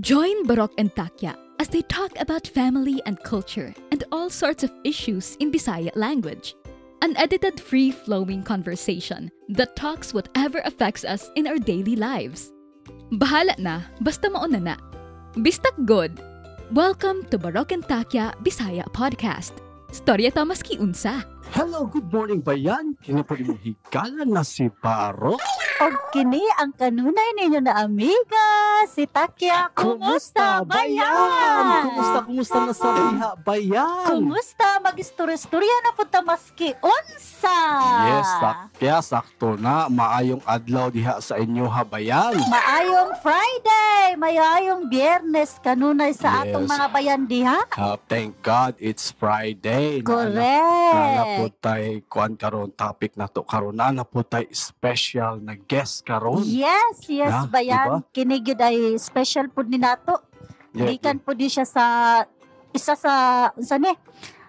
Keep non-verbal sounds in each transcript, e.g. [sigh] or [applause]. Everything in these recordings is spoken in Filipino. Join Barok and Takya as they talk about family and culture and all sorts of issues in Bisaya language. An edited, free flowing conversation that talks whatever affects us in our daily lives. Bahala na, basta mauna na. Bistak good! Welcome to Barok and Takya Bisaya Podcast. Storya ta maski unsa. Hello, good morning bayan. Kini po rin higala na si Baro. Og kini ang kanunay ninyo na amiga, si Takya. Kumusta, bayan? Kumusta, kumusta na sa liha, bayan? Kumusta? Mag-istorya-istorya na punta maski unsa. Yes, sakya, sakto na. Maayong adlaw diha sa inyo, ha, bayan. Maayong Friday, maayong Biyernes kanunay sa Yes. atong mga bayan diha. Ah, thank God, it's Friday. Na- Na, na po Correct. tay, kuan karon topic na to karon na na po tay special na guest karon. Yes, yes, Yeah, bayan. Kini gyud ay special pud ni nato. Diba? Yeah, Gikan po di siya sa isa sa unsa ni?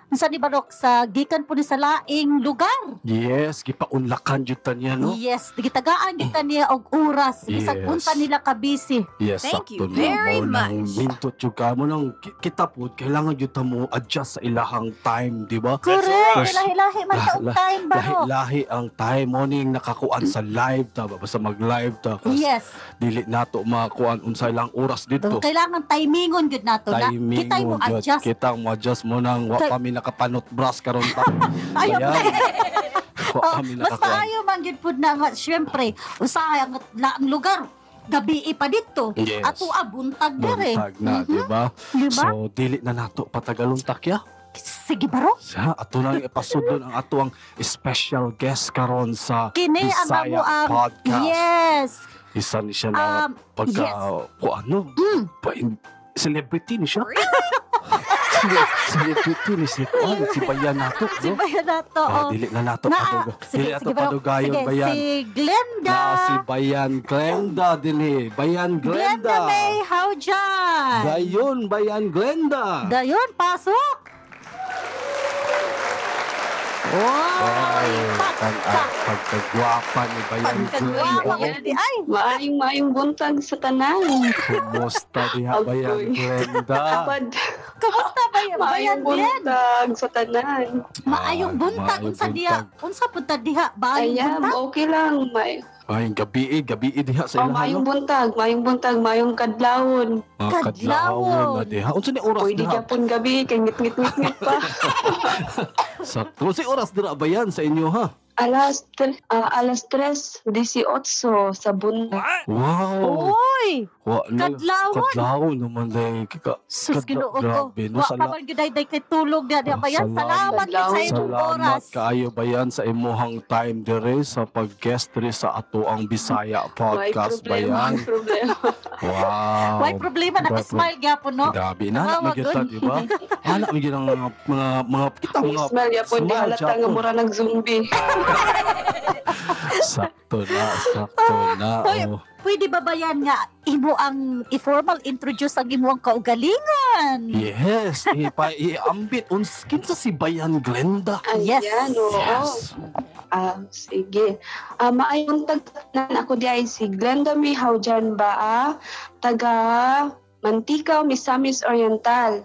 Unsa ni barok sa gikan po ni sa laing lugar. Yes, gipaunlakan jud ta niya no. Yes, gitagaan kita niya og oras bisag Ano? Yes. unta nila kabisi. Yes, Thank you sakto na. very Mao nang much. Mintot yung ka mo nang ki- kita po, kailangan yun ta mo adjust sa ilahang time, di ba? Correct, Correct. lahi-lahi man Lah- taong lah- time ba ho? Lahi-lahi ang time morning nakakuan sa live ta ba? basta mag-live ta kas Yes, dili nato makuan unsay lang oras do dito. kailangan timingon gud nato na. Timing Kitay mo Jud. adjust. Kita mo adjust mo nang wa Ta- pa mi nakapanot brass karon ta. [laughs] Ayan. Ayaw na. Wa Oh, pa mi [laughs] mas nakakuan. maayo man gid pud na nga syempre usahay ang laang lugar gabi pa dito. Yes. Ato ah, abuntag dire. Buntag na, di ba? Mm-hmm. Mhm. Di ba? So, dili na nato patagalon takya. Sige baro. Sa ato lang ipasudlon ang ato ang special guest karon sa Kini ang Bisaya amo ang Podcast. Ano? Yes. Isa ni siya na Um, pagka yes. Mm. kung ano, pa- celebrity ni siya. Sele- [laughs] celebrity ni siya. Kung ano, si Bayan nato. si No? bayan nato. Ah, oh. dili na nato Na- padugo. Dili sige, nato sige, baro. padugayon Sige, Bayan. si Glenda. Na si Bayan Glenda din eh. Bayan Glenda Glenda. May Haujan. Dayon, Bayan Glenda. Dayon, pasok! Wow! Ay, Pagka! pag- pagkagwapa ni Bayan Wow! Glenda. Maganda ay! Maayong maayong buntag sa tanan. Kumusta diha Agoy. Bayan Glenda? Kapag Kamusta ba yan? Bayan maayong Glenn? buntag sa tanan. Maayong Ah, buntag. maayong Unsa diha? Unsa punta diha? Maayong Ayan, buntag? okay lang. May, Ay, gabi eh, gabi eh diha sa oh, ilang maayong buntag, maayong buntag, maayong kadlawon. Mga kadlawon na diha. Unsa ni oras Pwede dira? Japon gabi, kay ngit-ngit-ngit [laughs] pa. Sakto. Si oras dira ba yan sa inyo ha? alas, tre- ah, alas 3, 18 sa buntag. Wow. Uy! Wa na. Oh, Kadlawon! Kadlawon naman dai kaka. Sus, Kadla- ginoo ko. grabe, no, Wa sala- pa man giday day kay tulog diha diha Ah, bayan. salamat. Salamat gid sa inyong Salamat oras. kaayo ba yan sa imuhang time dere sa pag-guest dere sa ato ang Bisaya May podcast ba problema, yan? may problema. Wow. May problema na smile gyapon no. Grabe na, Tawag nagyata, dun. di ba? Anak, may ang mga, mga, mga, kita mga, Ismail, Japon, di smile, halata nga Japon. mura nag-zombie. Sakto na, sakto [laughs] na. Hoy, oh. Pwede ba bayan nga imo ang i-formal introduce ang imong kaugalingan? Yes, eh, ipa, iambit. Uns, kinsa si Bayan Glenda? Yes. Ayan, oo. Yes. Ah, sige. Ah, maayong tagtanan ako di ay si Glenda May Haujan ba ah, taga Mantika, Misamis Oriental.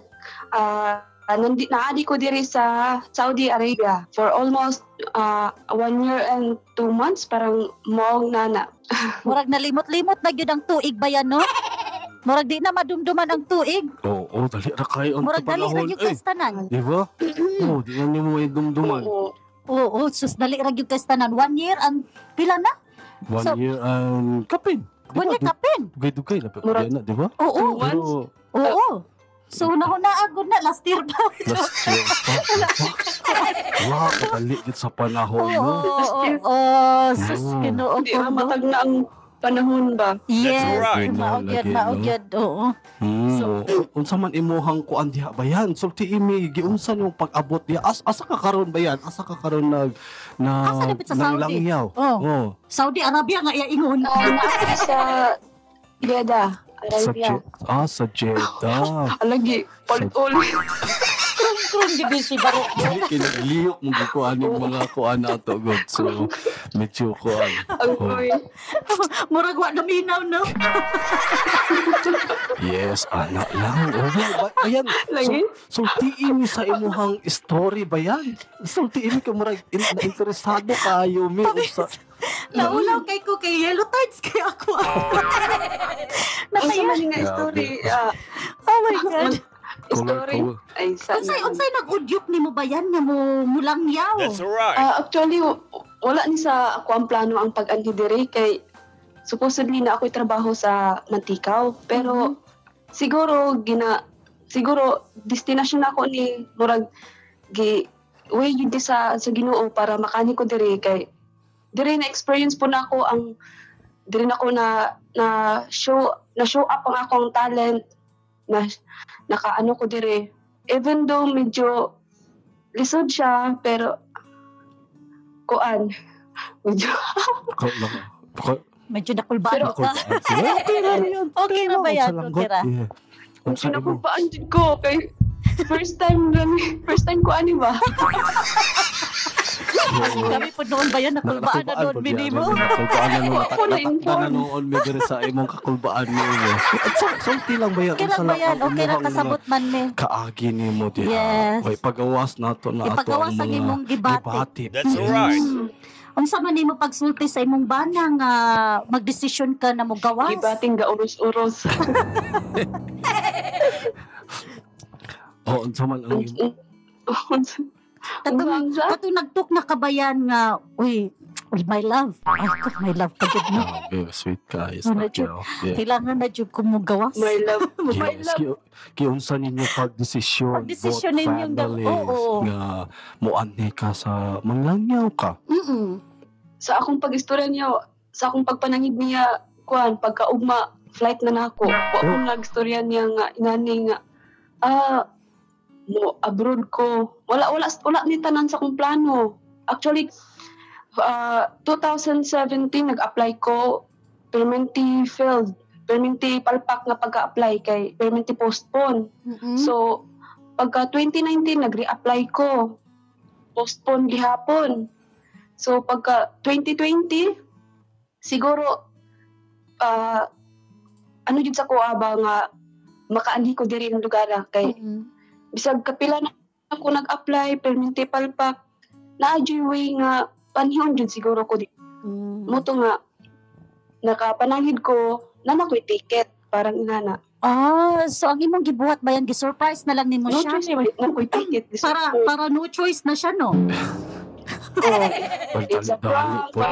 Ah, ah, nandi, naadi ko diri sa Saudi Arabia for almost ah, one year and two months, parang moong nana. Murag nalimot-limot na gyud ang tuig bayan no. Murag di na madumduman ang tuig. Oo, oh, dali ra kayo. Ang Murag dali ra kapanahon. gyud Eh, kastanan. di [clears throat] ba? Oo, di na niyo mo may dumduman. Oo. Oo, sus dali ra gyud kastanan. One year ang pila na? One So- year and kapin. Di One ba? year kapin. Dugay-dugay na pa Murag- na, di ba? Oo, Once. Pero, oo. So nahuna agud na last year pa. last [laughs] year pa. Wow, kadali gid sa panahon. Oo, no? oo, Last year. oo. Sus Oo. Ginoo Hindi ko. na no? ah, matag na ang panahon ba? Yes, right. Lagi, maugyad, no? maugyad. Oo. Mm, So- oo. unsa man imuhang kuan diha ba yan? Sulti imi giunsa yung pag-abot diha. As, asa ka karon ba yan? Asa ka karon nag Oh, na Asa dapat sa Saudi? Oh. nanglangyaw? Oo. Oo. Saudi Arabia nga iya ingon. Ah, naa sa Jeddah, Sa Arabia. [laughs] Je- ah, sa Jeddah. Alagi, pal-ol. Karon gyud si baro. Kinaliyok mo ko ani mga kuan na to god. So medyo kuan. Ang Oh. word. Murag wa naminaw no. Yes, anak lang. Oh, ba- ayan. Lagi? So, sultiin mi sa imuhang story ba yan? Sultiin mi ka murag in, interesado kayo mi ug sa Naulaw kay ko kay yellow tides kay ako. Ang sama Nataya. nga story. ah, Oh [laughs] my god. story. Color, Ay, sa Unsay unsay nag-udyok nimo ba yan nga mo mulang yaw? That's right. Ah, actually, w- wala ni sa ako ang plano ang pag-andi dire kay supposedly na ako'y trabaho sa Mantikaw. Pero siguro, gina, siguro, destination na ako ni Murag, gi, way yun di sa, sa ginoo para makani ko dire kay dire na experience po na ako ang dire na ako na na show na show up ang akong talent na nakaano ko dire even though medyo lisod siya pero kuan. Medyo color, color, Medyo nakulbado [laughs] color, ka. Okay na ba yan? Okay ra. Unsa imo? pinakumpaan jud ko kay first time lang first time ko ani ba? Kami po noon ba yan nakulbaan na noon minimo? Nakulbaan eh. na noon. Ako Natakda na na inform. noon mi diri sa imong kakulbaan eh. ni mo. Sulti lang ba yan? Okay lang Unsa ba yan? ang Okay lang imuhang kasabot man ni. Kaagi ni mo diha. Yes. Oy, pagawas nato na ato ang Ipagawas ang mga imong gibate. That's right. Unsa man nimo pagsulti sa imong bana nga magdesisyon ka na mo gawas? Gibating ga uros-uros. Oo, unsa man Oh, ang imong Katong katong nagtuk na kabayan nga uy, uy my love. Ay, ko, my love ka jud no. Grabe, sweet guys. Ano, Okay, [laughs] Jud? okay. Kailangan na jud ko mo gawas. My love. My Yes, love. ki- kiunsa ninyo pagdesisyon Pagdesisyon both ninyong dal- families oo. nga muanhi ka sa manglangyaw ka Mm-mm. Sa akong pag-istorya niya, sa akong pagpanangig niya, kuan pagkaugma flight na nako. Oh. Wa akong nagstorya niya nga inani nga ah mo abroad ko. Wala wala wala ni tanan sa akong plano. Actually ah, 2017 nag-apply ko permanently failed. Permanently palpak nga pagka-apply kay permanently postpone. Mm-mm. So, pagka 2019, nag-reapply ko. Postpone gihapon. So, pagka 2020, siguro, ah, ano yun sa kuha ba nga, makaanhi ko diri ng lugar ah. kay Mm-mm. bisag kapila na ako nag-apply permanente palpak na way nga panhon jud siguro ko di Mm. moto nga nakapananghid ko na nakoy ticket parang inana Ah, so ang imong gibuhat ba yan gi-surprise na lang nimo no siya? choice eh, nakoy ticket Para para no choice na siya no. oh. It's pagdali-dali a prank. po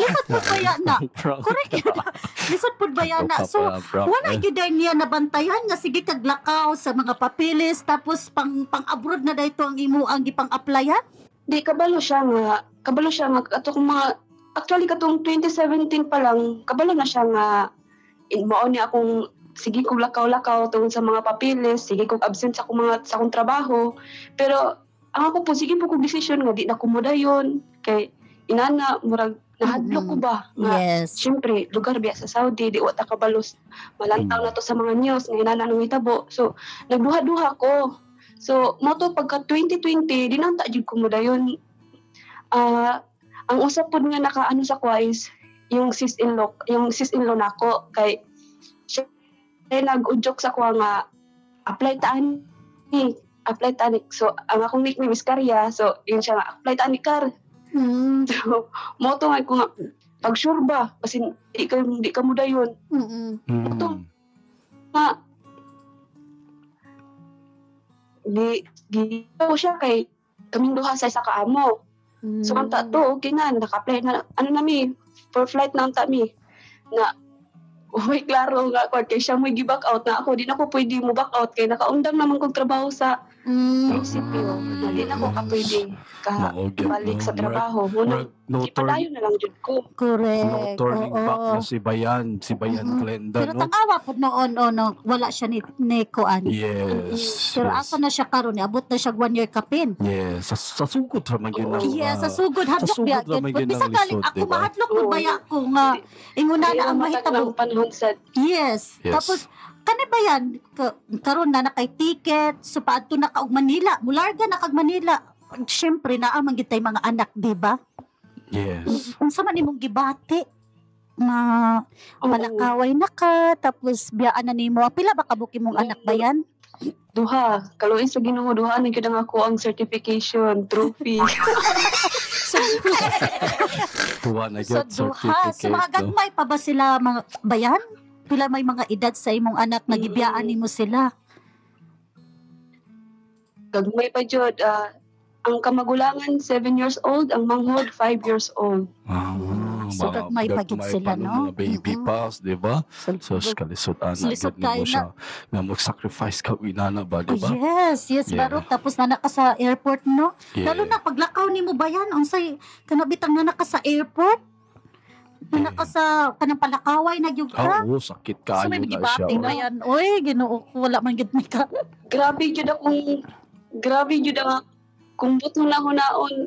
Lisod [laughs] pud ba yan [laughs] na? Prank. Correct. Lisod pud ba yan na? So Wala gyud dahil niya nabantayan nga sige kag lakaw sa mga papilis tapos pang pang abroad na dahito ang imo ang gipang applyan. Di, kabalo siya nga. Kabalo siya nga. Ato kong mga, actually, katong 2017 pa lang, kabalo na siya nga. In, mao niya akong, sige kong lakaw-lakaw tungkol sa mga papilis, sige kong absent sa akong, mga, sa akong trabaho. Pero, ang ako po, sige po kong decision nga, di na kumuda yun. Kay, inana, murag, nahadlok ko ba? Nga, Yes. Siyempre, lugar biya sa Saudi, di wata kabalos. Malantaw na to sa mga news, ngayon na nang hitabo. So, nagduha-duha ko. So, moto pagka 2020, di nang tadyod ko mo dayon. Ah, ang usap po nga nakaano sa kwa is, yung sis-in-law, yung sis-in-law nako kay siya ay nag-udyok sa kwa nga apply taan ni apply taan ni- so ang akong nickname is Karya so yun siya nga apply taan ni Kar Mm, So, [laughs] moto nga ko nga, pag sure ba, kasi di ka, di ka muda yun. mm, Mm. Nga, di, di ko siya kay kaming duha sa isa ka amo. mm. So, ang tato, okay na, naka-apply na, ano na mi, for flight na ang ta mi, na, Uy, klaro nga ako. Kaya siya may gi-back out na ako. Di na ko pwede mo back out. Kaya nakaundang naman kong trabaho sa Ah, Mm. munisipyo. na Di na ko ka pwede ka Maugyan. balik sa Murag- trabaho. Muna, murag No turn, ipadayo na lang jud ko. Correct. Eh, no turning oo. back na si Bayan, si Bayan Mhm. Glenda, Pero no? tangawa po noon o no, wala siya ni, ni Kuan. Yes. Pero yes. asa na siya karon ni abot na siya one year kapin. Yes, sa, sa sugod raman yun ang, Oh, iya, Yes, ah, sa sugod hadlok sugod biya. lang may gyud. Bisa ginang galing lisod, ako diba? mahadlok ko baya ko nga inguna Kaya na ang matag mahitabo. ng panahon sa Yes. Yes. Tapos Kani ba yan? Ka- karon na nakay ticket, so paadto na kaog Manila. Mularga na kag Manila. Siyempre na amang gitay mga anak, di ba? Yes. Unsa man imong gibati? Nga malakaway na ka, tapos biyaan na nimo. Pila ba kabuk imong anak ba yan? Duha. Kaluin sa ginoo, duha. Nagkita nga ako ang certification, trophy. So, Tuwa na so yun. duha, so mga certificate. oh. no? gagmay pa ba sila mga bayan? Pila may mga edad sa imong anak nga Mm. gibiyaan nimo sila. Gagmay pa jud. ah, ang kamagulangan, 7 years old. Ang manghod, 5 years old. Ah, So, mga gagmay pa gid gagmay sila, pa nun, no? Mga baby Mhm. pass, di ba? So, So, kalisod-an na Lisod gid nimo tayo na. siya. Nga mag-sacrifice ka, inana ba, Oh, di iya. ba? Yes, yes, diba? Yeah. Barok. Tapos nanak ka sa airport, no? Yeah. Lalo na paglakaw ni mo ba yan? Unsay, kanabitang nanak ka sa airport? Mm. Nanak ka sa kanang palakaway na yung ka? Ah, Oo, sakit ka. so may ayun na siya. gibating na yan. Oy, ginoo ko, wala man gid may ka. Grabe jud akong... Grabe jud ang... Kumbot mo na hunaon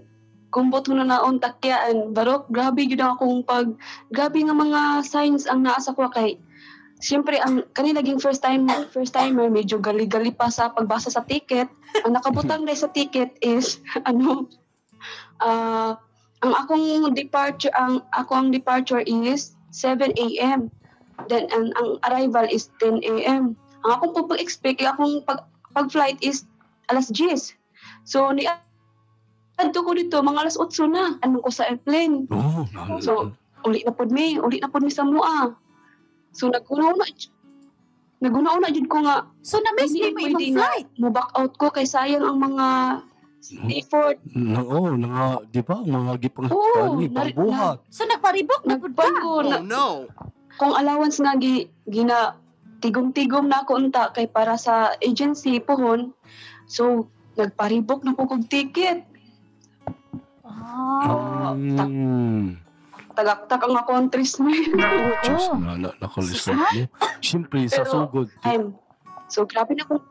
kumbot mo na naon takyaan barok grabe gyud ang akong pag grabe nga mga signs ang naa sa ko kay Siyempre, ang kani naging first time first timer medyo gali-gali pa sa pagbasa sa ticket. Ang nakabutang dai sa ticket is [laughs] ano ah, ang akong departure ang ako ang departure is 7 AM. Then ang, ang arrival is 10 AM. Ang akong pag-expect ang akong pag pag-flight is alas 10. So ni Adto ko dito, mga alas 8 na. Ano ko sa airplane? Oo, na- So, Uli na pod mi, uli na pod mi sa mua. So, nagkunaw na. Nagunaw na jud ko nga, So na-miss ni Hindi mo pwede imong nga. flight. mo-back out ko kay sayang ang mga effort. Oo, nga, di ba? Mga gipang Oo, kani, nari- pangbuhat. So nagparibok na pud Nagpan ka. ko, Oh na, no. kung allowance nga gi, gina, tigom-tigom na ako unta kay para sa agency pohon. So, nagparibok na ko kog ticket. Ah, Mm. Tagaktak ang mga countries mi. Ah, oh, Diyos oo. na, na, nakalisod niyo. Siyempre, sa Pero, sugod. Time. So, grabe na kung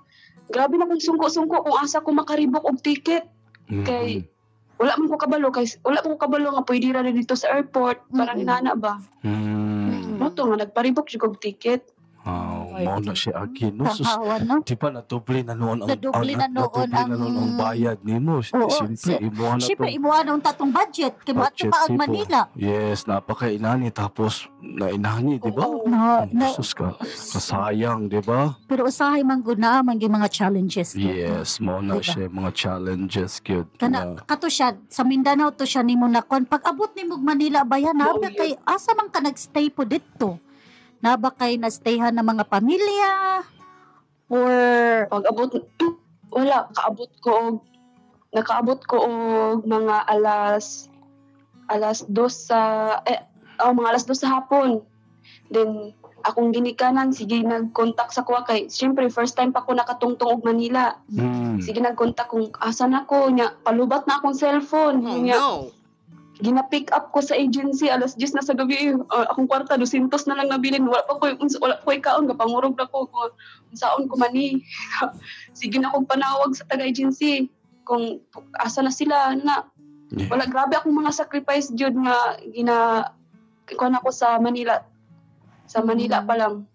grabe na kung sungko-sungko kung asa ko makaribok og ticket. Mm. kay- wala man ko kabalo kay wala man ko kabalo nga pwede ra na dito sa airport parang Mm-mm. inana ba Mm. moto nga nagparibok jud kog ticket Ah, Ay, mao na siya agin. No, [laughs] sus, Tamawa, no? di ba natuble na noon ang, Nadoble na noon nadoble na noon ang ang- bayad nimo. Oo, Siyempre, si- imuha na Siyempre, eh. tong- imuha na ang tatong budget. Kaya mo ato Budget, pa ang tipo. Manila. Yes, napakainani. Tapos, nainani, di ba? Oo. No, Ang no. Sus ka, kasayang, di ba? Pero usahay man guna, man gyud mga challenges. no? Yes, mao na Diba? siya mga challenges gyud. Kana kato siya sa Mindanao to siya nimo nakon. Pag abot nimo Manila bayan na Oo, ba kay asa man ka nagstay po dito? Na ba kay nastayhan ng mga pamilya or pag abot wala kaabot ko og nakaabot ko og mga alas alas dos sa eh oh, mga alas dos sa hapon then akong ginikanan sige nag-contact sa kuha kay syempre first time pa ko nakatungtong og Manila Na, mm. Hmm. sige nag-contact kung asa na ko nya palubat na akong cellphone Oh Nya, no. gina-pick up ko sa agency alas 10 na sa gabi eh. Ah, akong kwarta 200 na lang nabilin wala pa ko wala pa ko kaon gapangurog na ko kung unsaon ko man eh. [laughs] sige na kong panawag sa taga agency kung asa na sila na Yeah. wala grabe akong mga sacrifice jud nga gina kuan ako sa Manila sa Manila pa lang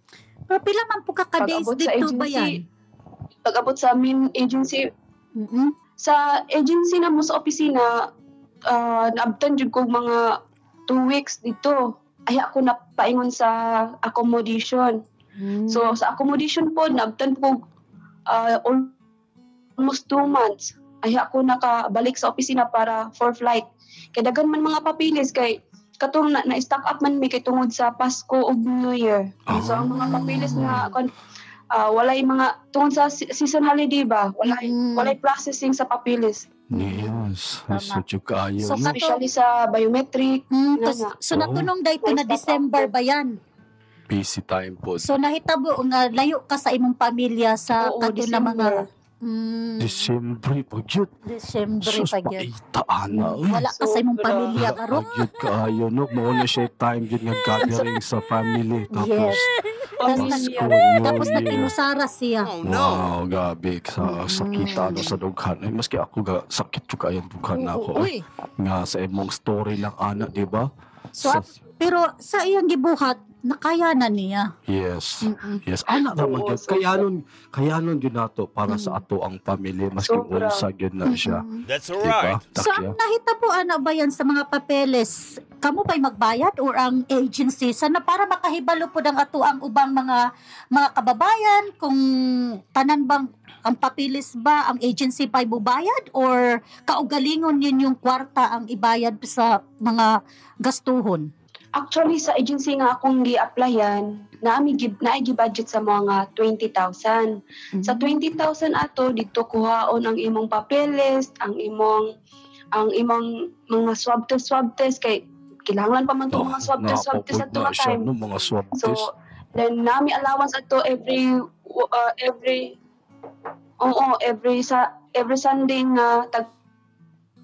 pero pila man po ka ka days Pag-abot sa dito ba agency. yan? pag-abot sa main agency Mhm. sa agency na mo sa opisina, uh, naabtan jud ko mga two weeks dito. Ay ako na paingon sa accommodation. So sa accommodation po, naabtan ko ah, al- almost two months. Ay ako nakabalik sa opisina para for flight. Kay daghan man mga papilis kay katong na, na-stock up man mi kay tungod sa Pasko ug New Year. So ang mga papilis na kon ah, walay mga tungod sa se- season holiday ba, walay Mm. walay processing sa papilis, Yes, Tama. so juga ayo. no? So, Katong- especially sa biometric. Mm, Nga tos- nga. so Oo. natunong dito na May stop December ako. ba yan? busy time po. So nahitabo nga layo ka sa imong pamilya sa Oo, kadto na mga December. mm, December pa gyud. December Sus pa pa gyud. ana. Wala ka sa imong Sobra. pamilya karon. Pagyud ka ayo no mao na siya time gyud nga gathering sa family tapos Yes. Pag- Tapos Pasko, nag- New Tapos Year. nagpinusara siya. Oh no. Wow, gabi sa sakit Mm. ano sa dughan. Ay, maski ako ga sakit juga ayon dughan na ako. ah. Uy, Nga sa imong story lang ana, ano, di ba? So, Sa- Pero sa iyang gibuhat, nakaya na niya. Yes. Mm-mm. Yes, ana naman Oo, yun. sobra. Mm. Kaya nun, kaya nun yun na to para sa ato ang pamilya. Maski Sobra. Mm-hmm. unsa yun na siya. Mm-mm. That's Diba? right. So, Takya. ang nahitapuan na ba yan sa mga papeles? Kamu pa'y magbayad or ang agency? Sana para makahibalo po ng ato ang ubang mga mga kababayan kung tanan bang ang papilis ba ang agency pa'y bubayad or kaugalingon yun yung kwarta ang ibayad sa mga gastuhon? Actually, sa agency nga akong gi-applyan, naami gib na budget sa mga 20,000. Sa 20,000 ato dito kuhaon ang imong papeles, ang imong ang imong mga swab test swab test kay kailangan pa man tong Oh, mga swab test swab test at na siya time. no, mga swab So test. then nami allowance ato every uh, every Oo, every sa every Sunday nga tag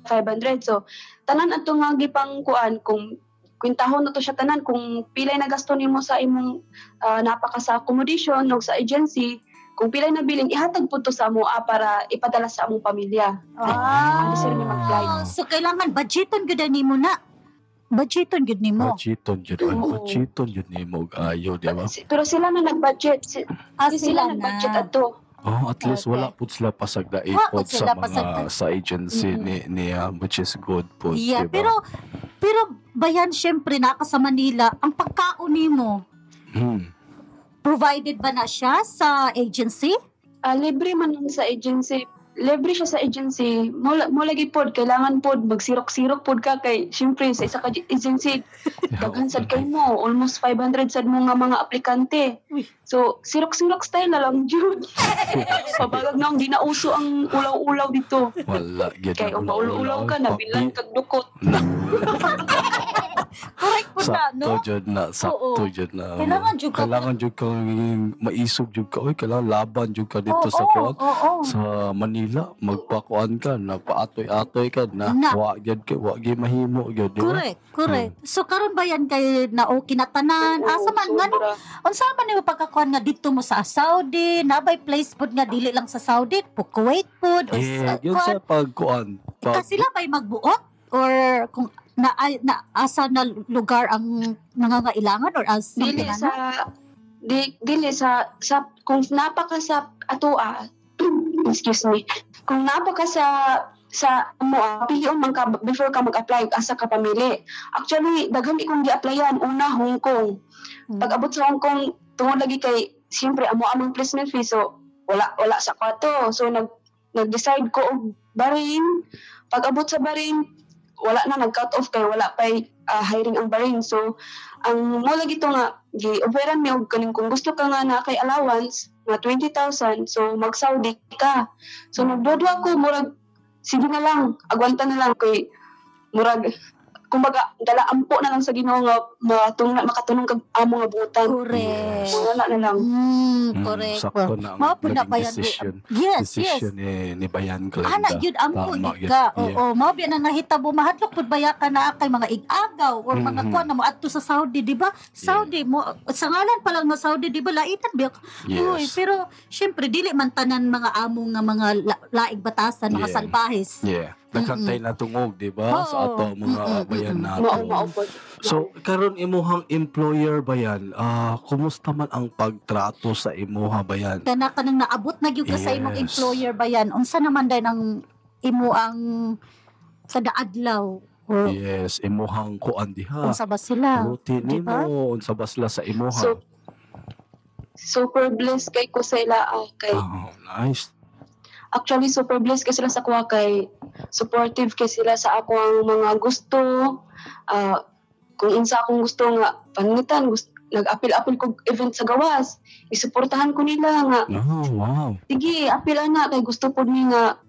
500. So tanan ato nga gipang kuan kung kwintahon na to siya tanan kung pilay na gasto nimo sa imong ah, napaka sa accommodation o sa agency kung pilay na bilin ihatag po to sa mo para ipadala sa among pamilya. Ah, Gusto rin mag-fly. so kailangan budgeton gud ni mo na. Budgeton gud ni mo. Bachiton yun. Ay, Oo. bachiton yun ni mo. Ayaw, di ba? Si- Pero sila na nag-budget. Si- Ah, sila, na nag-budget ato. Oh, at least Okay. wala po sila pasagda Wala po ipod sa sila mga pasagda. sa agency Mm-hmm. ni niya which is good po, Yeah, di ba? pero pero bayan syempre naka sa Manila, ang pagkaon nimo Hmm. provided ba na siya sa agency? Ah, libre man nun sa agency. Libre siya sa agency. Mula, mula pod, kailangan pod, magsirok-sirok pod ka kay, syempre, sa isa ka j- agency, [laughs] daghan sad kay mo, almost 500 sad mo nga mga aplikante. Uy. So, sirok-sirok style na lang, [laughs] Jude. Pabagag na, hindi na uso ang ulaw-ulaw dito. Wala, yun. Kay, kung maulaw-ulaw ka, nabilan kag dukot. Correct po na, Sakto no? dyan na, sakto Oo. dyan na. Kailangan jud ka- Kailangan jud ka maging- maisog jud ka. Uy, kailangan laban jud ka dito sa Oo, kuwan. oo. Sa Manila, kan, magpakuan ka, napaatoy-atoy ka, na, Na. wa gyud ka, wa gyud mahimo gyud, di ba? Correct, correct. Hmm. So karon ba yan kay na o kinatanan? Oo, Asa man nga no? sobra. Unsa man nimo pagkakuan nga dito mo sa Saudi? Nabay place pod nga dili lang sa Saudi, po Kuwait pod or Eh, sa yun sa pagkuan. Pag, Kasi sila may magbuot or kung na, na asa na lugar ang nangangailangan or as dili sa di, dili sa sa kung napaka sa atoa [clears throat] excuse me kung napaka sa sa mo PO man ka before ka mag-apply asa ka pamili actually daghan ikong gi-applyan una Hong Kong Hmm. pag abot sa Hong Kong tungod lagi kay siyempre amo among placement fee so wala wala sa kwarto so nag nag-decide ko og Bahrain pag abot sa Bahrain wala na nag-cut off kay wala pa hiring ang Bahrain so ang mo lagi to nga gi-offeran mi og kaning kung gusto ka nga na kay allowance na 20,000 so mag-Saudi ka so nagdodwa ko murag sige na lang agwanta na lang kay murag kumbaga dala ampo na lang sa Ginoo nga matung makatunong kag amo nga butan Correct. So, wala na lang Mm, Mm, correct. Sakto na ang Mao po na naging ba yan? decision. Yes, yes. Decision eh, ni, ni Bayan Glenda. Ana, yun ang Tama, kulit yun. ka. Yeah. Oo, mao biya na nahita mo mahadlok pud baya ka na kay mga igagaw or mga Mhm. kuan na mo adto sa Saudi, di ba? Saudi mo sa ngalan pa lang ng Saudi, di ba? Laitan biya. Yes. Uy, pero syempre dili man tanan mga amo nga mga la- laig batasan, mga Yeah. salbahis. Yeah. Nakantay na tungog, di ba? Sa Oo. ato ang mga Oh. Mm-mm, bayan mm-mm. nato. mao mao po So, Ah, karon imuhang employer ba yan? Ah, kumusta man ang pagtrato sa imuha ba yan? kana ka nang naabot na gyud ka sa imong Yes. employer ba yan unsa naman dai nang imo ang sa daadlaw o Yes, imuhang kuan diha. unsa ba sila Routine di ba? nimo, unsa ba sila sa imuha? So, super blessed kay ko sa ila ah, eh, kay oh, nice. actually super blessed kasi sila sa kuha kay supportive kasi sila sa ako ang mga gusto Ah, kung unsa akong gusto nga pangitan gusto nag-apil-apil ko event sa gawas isuportahan ko nila nga Oh, wow. sige apil na kay gusto po ni nga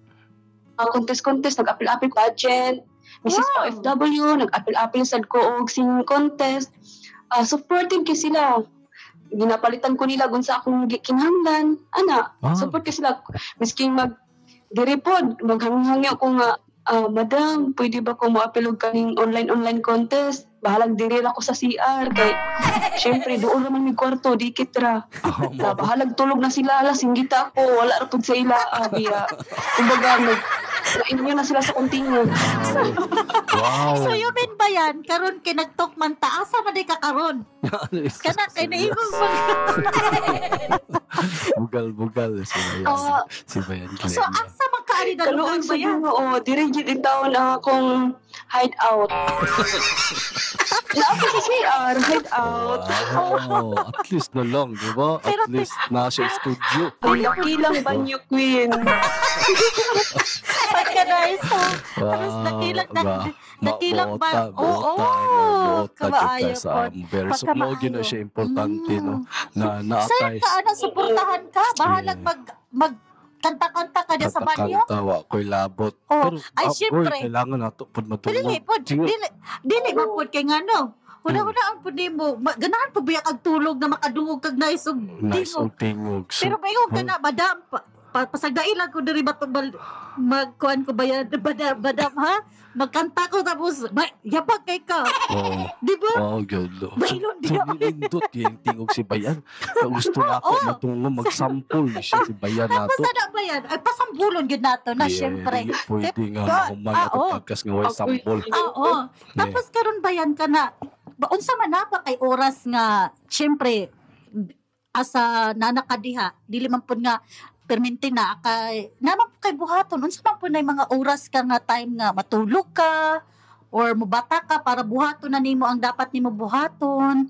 ah, contest-contest nag-apil-apil ko pageant Mrs. Wow. OFW nag-apil-apil sad ko og singing contest Ah, supportive kasi sila ginapalitan ko nila kung sa akong gi- kinahanglan ana Wow. support kasi sila. Miskin mag diripod, maghanghangi ako nga, "Ah, madam, pwede ba ko maapilog kaning online-online contest? Bahalag diri ra ko sa CR. Kay, syempre, doon naman may kwarto, dikit ra. Oh, Na, bahalag tulog na sila, alas, hinggita ako, wala ra pud sa ila. Abiya. Ah, Kumbaga, nag, Nainyo na sila sa continue. Wow. [laughs] So you mean ba yan? Karon kay nagtok man ta asa man di ka karon. Ano Kana kay naimong mga- bugal bugal eh, si Bayan. Oo. si Bayan. So asa man kaari na lugar Kaluon ba sa yan? Ginoo, oh, diri gid itaw na akong hideout. Naa ko sa CR, hideout. Wow. At least na lang, di ba? At Pero pe- least na siya studio. Laki lang banyo queen. Pagka na isa. Wow. Tapos nakilag na- Ah, ba? nakilag ba? Mabuota, Oo, buota, ano, buota kabaayo kita sa po. amber. So, Pagkamaayo. mo gina siya importante, no? Ah, Na Saan naatay. ka ana suportahan ka? Bahalag mag mag kanta-kanta ka na sa banyo. Katakanta, wa ko'y labot. Oo. Pero, Oh, Ay, ah, syempre. boy, kailangan nato pod Dili matulog. pod, Sige. dili dili man pod kay ngano. Una-una ang pod nimo, ma- ganahan po biya kag tulog na makadungog kag nice og Nice tingog. ang tingog. So, Pero bayo ka na madam pa, pa pasagdailan ko diri bato bal- magkuan ko ba yan [laughs] madam, madam ha? Magkanta ko tapos may yapag kay ka. oo. Di ba? Oh, God. Bailon So, diya. nilindot yung tingog si Bayan. Kaya Gusto na ako Oo. matungo mag-sample na siya si Bayan Oh. Tapos nato. ano ba yan? Ay, pasambulon yun nato na Yeah, syempre. dili Pwede nga Ka- mahuman ah, at oo. pagkas nga way sample. Ah, Oo. Tapos karon ba yan ka na? Ba, unsa man na pa kay oras nga syempre asa nanakadiha dili man pud nga perminti na kay naman po kay buhaton unsa man po nay mga oras ka nga time nga matulog ka or mubata ka para buhaton na nimo ang dapat nimo buhaton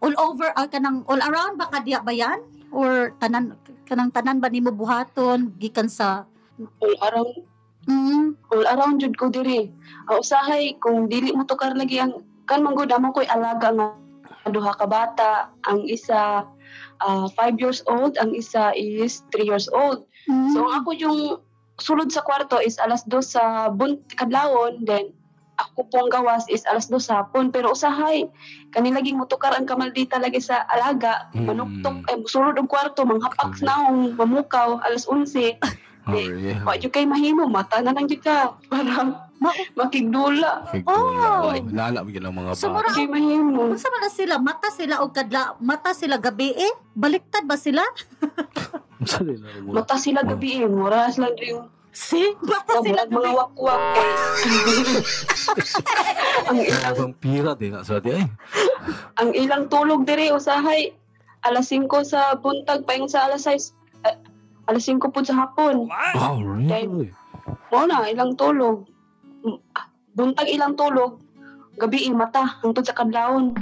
all over ah, kanang all around ba kadiha ba yan or tanan kanang tanan ba nimo buhaton gikan sa All around mm, all around jud ko diri. Ang usahay kung dili mo tukar lagi ang kan man gud amo koy alaga nga duha ka bata, ang isa 5 years old, ang isa is 3 years old. mm. So ang ako yung sulod sa kwarto is alas 2 sa bunt kadlawon then ako pong gawas is alas 2 sa hapon pero usahay kani laging mutukar ang kamal di talaga sa alaga Hmm. manuktok ay sulod ang kwarto manghapak na akong mamukaw alas 11 Oh, yeah. Wa jud kay mahimo mata na lang jud ka para makigdula. Figura. Oh. Ay, Nalala mo yun ang mga So, bata. [laughs] Wa jud mahimo. Unsa man na sila mata sila og kadla mata sila gabi eh? Baliktad ba sila? Sorry na mo. Mata sila gabi eh, muras lang jud yung Si mata sila mga mga gabi. wakwak. ang ilang Ang pira din na sa di ay. ang ilang tulog diri usahay alas 5 sa buntag paingon sa alas 6 ah, alas 5 pud sa hapon. Wow, really? Mao na ilang tulog. Mm, ah, Buntag ilang tulog. Gabi eh, mata hangtod sa kadlawon.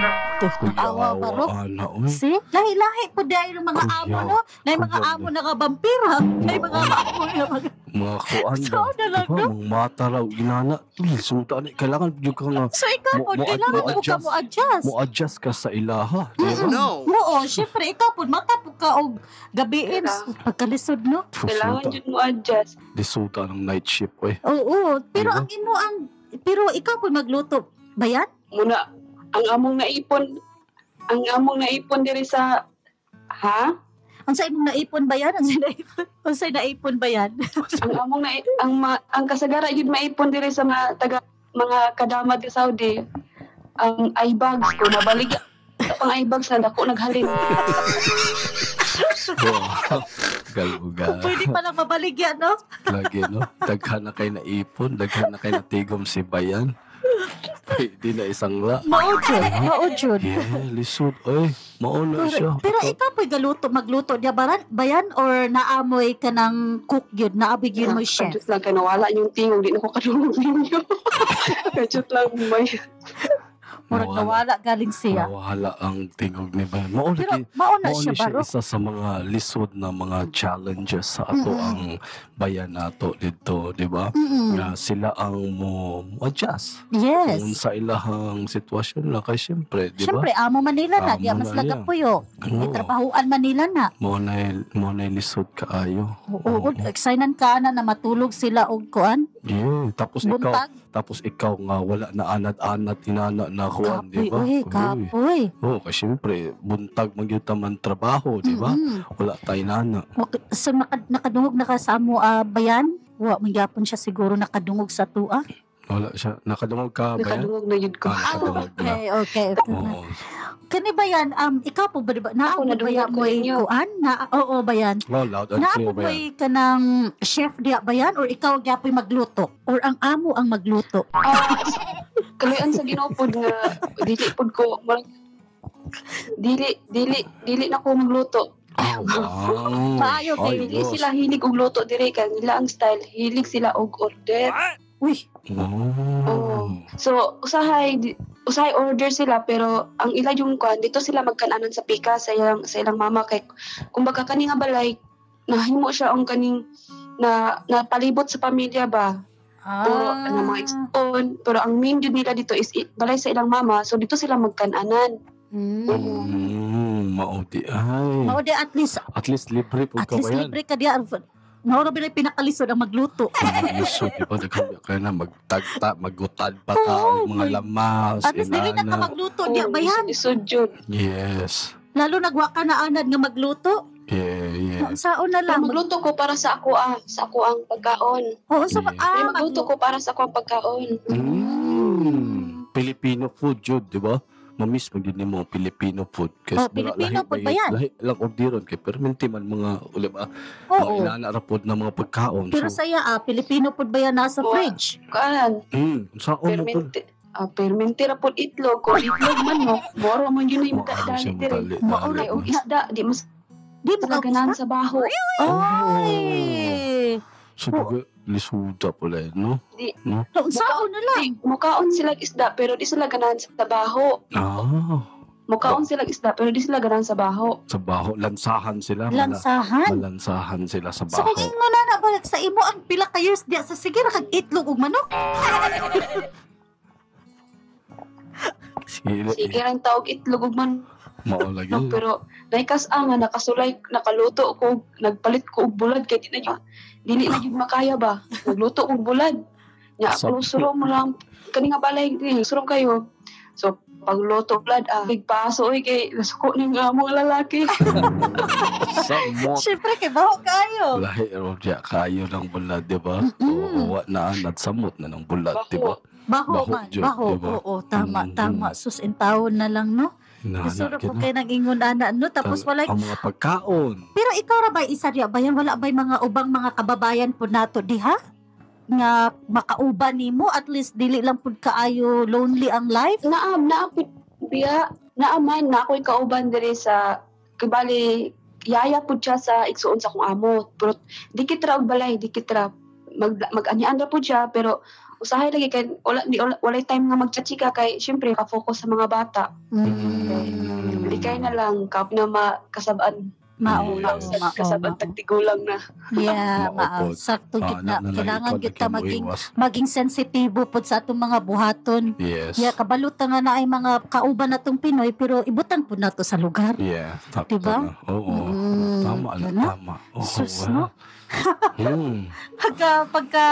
Awa ba ro? Ana, uy. Si lahi-lahi po dahil ng mga Kuya. amo no, na mga Kuya. amo na kabampira, na mga amo na mga Mga kuan So, ba? na lang, Diba, mga mata raw, ginana. Uy, sumta na. Kailangan yung ka nga So ikaw Mo- po, mo- kailangan mo ka mo-adjust. mo adjust. mo adjust ka sa ilaha. Diba? Di ba? No. Oo, syempre ikaw po mata po ka og gabi eh. Kailangan. Pagkalisod no. Kailangan Susuta. jud mo adjust. Disuta ng night shift, uy. Oo, pero Diba? ang imo ang pero ikaw po magluto. Bayan? muna ang among naipon ang among naipon diri sa ha Ang sa imong naipon ba yan? Ang sa naipon, ang sa naipon ba yan? ang among na ang ma, ang kasagara yun maipon diri sa mga taga mga kadama di Saudi ang eye bags ko nabalik ang eye bags na dako naghalin Wow. [laughs] Galbuga. [laughs] Pwede pala mabaligyan, no? Lagi, no? Daghan na kayo na ipon, daghan na kayo na tigom si [laughs] Bayan. Pwede na isang la. Maujod, maujod. Yeah, lisod. Oy, mauna siya. Pero ikaw po'y galuto, magluto niya baran, ba yan? Or naamoy ka ng cook yun, naabig [laughs] yun mo Ah, chef? Kajut lang kay nawala yung tingog di na ko kadulog [laughs] ninyo kajut lang may Murag Mawala. nawala galing siya. Mawala ang tingog ni Bayan. Mauna Pero kay mauna Mauna siya siya baro. isa sa mga lisod na mga challenges sa ato Mm-mm. ang bayan nato dito, di ba? Mm-mm. Na sila ang mo adjust kung Yes. sa ilahang sitwasyon lang kay syempre, di ba? Siyempre, amo Manila na, Amo diya mas na yan. lagapuyo. Oo. Itrapahuan Manila na. Maunay, maunay lisod kaayo. Oo, excited ka na na matulog sila og kuan, Yeah, tapos ikaw, buntag. tapos ikaw nga wala na anad-anad inana na kuan, Kapoy, di ba? uy, Uy. kapoy. Oo, kasi syempre, buntag magyuta man trabaho, di ba? Mm-mm. Wala tayo nana. Okay, So, naka- nakadungog na ka sa amo ah, bayan? Wa, magyapon siya siguro nakadungog sa tua. Wala siya. Nakadungog ka ba yan? Nakadungog na yun ko. Ah, nakadungog na. Okay, okay. okay. Oo. Kani ba yan, um, ikaw po ba, diba, naabot ba Ako, yan nadungog mo ko ninyo. kuan? Na, oo ba yan? Oh, loud and clear Naabot ba ba yan? ka ng chef diya ba yan? Or ikaw diya po'y magluto? Or ang amo ang magluto? Kaloyan Ah, sa Ginoo pod nga dili pod ko murag dili dili dili na ko magluto. Oh, wow. Maayo kay Ay, Dili boss. sila hilig og luto diri kay nila ang style hilig sila og order. Uy, Oh. Oo. So usahay di- usahay order sila pero ang ila yung kwan dito sila magkananan sa pika sa ilang sa ilang mama kay kumbaga kani nga balay nahimo siya ang kaning na napalibot sa pamilya ba Pero Ah. ano mga exon, pero ang main jud nila dito is i- balay sa ilang mama, so dito sila magkananan. Mm. Mm, maudi ay. Mao di at least At least libre po at ka ba least yan? libre ka diya. Mao ra bilay pinakalisod ang magluto. Lisod, di ba? Daghan ka na magtagta, magutad pa ka o mga lamas. At least dili na ka inana. magluto diya ba yan? Isod jud. Yes. Lalo nagwa ka na anad nga magluto. Yeah, yeah. Saon na Pero lang. magluto ko para sa ako ah, sa ako ang pagkaon. Oo, sa Yeah. Pero ah, magluto ko para sa ako ang pagkaon. Hmm. Mm. Filipino food yun, di ba? Mamiss mo din mo Filipino food. Kasi Oh, Filipino food ba yan? Lahi lang ordiron kay perminti man mga ulit ba? Mga Oo. inanarapod na mga pagkaon. Pero so, saya ah, Pilipino po ba yan nasa Oo. fridge? Kanan, mm, saan mo po? permente Ah, permente ra pod itlog ko. Itlog man mo, boro man yun yung Maano siya madali. kadali diri. Maura Ay, og dali. isda, di mas Di mo ka ganahan sa baho. Ay! So, baga, lisuda pala yun, no? Di- No? Taon saon na lang. Di, mukaon sila isda, pero di sila ganahan sa baho. Ah, Mukaon sila isda, pero di sila ganahan sa baho. sa baho. Lansahan sila. mala- Lansahan. Malansahan sila sa So baho. kung ingo na na balik sa imo ang pila ka years diya sa sige ra kag itlog ug manok. Sige, Sige Sige. lang tawag itlog ug man Maulagi. No, pero naikas ang nga nakasulay nakaluto ko nagpalit ko og bulad kay di na yun dili na yun makaya ba nagluto og bulad nya Sabi- ako surong mo lang kani nga balay ni surong kayo so pagluto bulad ah bigpaso oy kay nasuko ni nga mga lalaki Sa mo. Syempre kay baho kayo. Lahi ro diya kayo ng bulad, di ba? Mm-mm. Oo, wa na at samot na ng diba? bulad, Ah, di ba? Baho, Baho man, dyan, baho. diba? Oo, tama, Mm, tama. Sus in taon na lang no. Isuro Nanakit po na. kay nang ingon ana no tapos Ang, wala ang mga pagkaon. Pero ikaw ra ba isa diya ba yan? wala ba mga ubang mga kababayan po nato diha? nga makauban nimo at least dili lang pud kaayo lonely ang life naam naapod biya naaman na ako'y kauban diri sa kabali yaya pud siya sa igsuon sa kong amo pero di kitra og balay di kitra mag mag-anyaan ra pud siya pero usahay lagi kay wala di wala, walay time nga magchachika kay syempre ka-focus sa mga bata Mm. ikay na lang kap na makasabaan mao Yes. mao kasab- mao kasabaan tagtigulang na [laughs] yeah Mao mao pod. sakto Ah, gid na- na kailangan nalangipod gid na ta kay maging Moiwas. maging sensitibo pod sa atong mga buhaton Yes. yeah kabalutan nga na ay mga kauban natong Pinoy pero ibutang pod nato sa lugar [laughs] Yeah. Takto na. Diba? Oo. Mm, Tama na, gana? tama. Oo, Sus, wow. Hmm. pagka pagka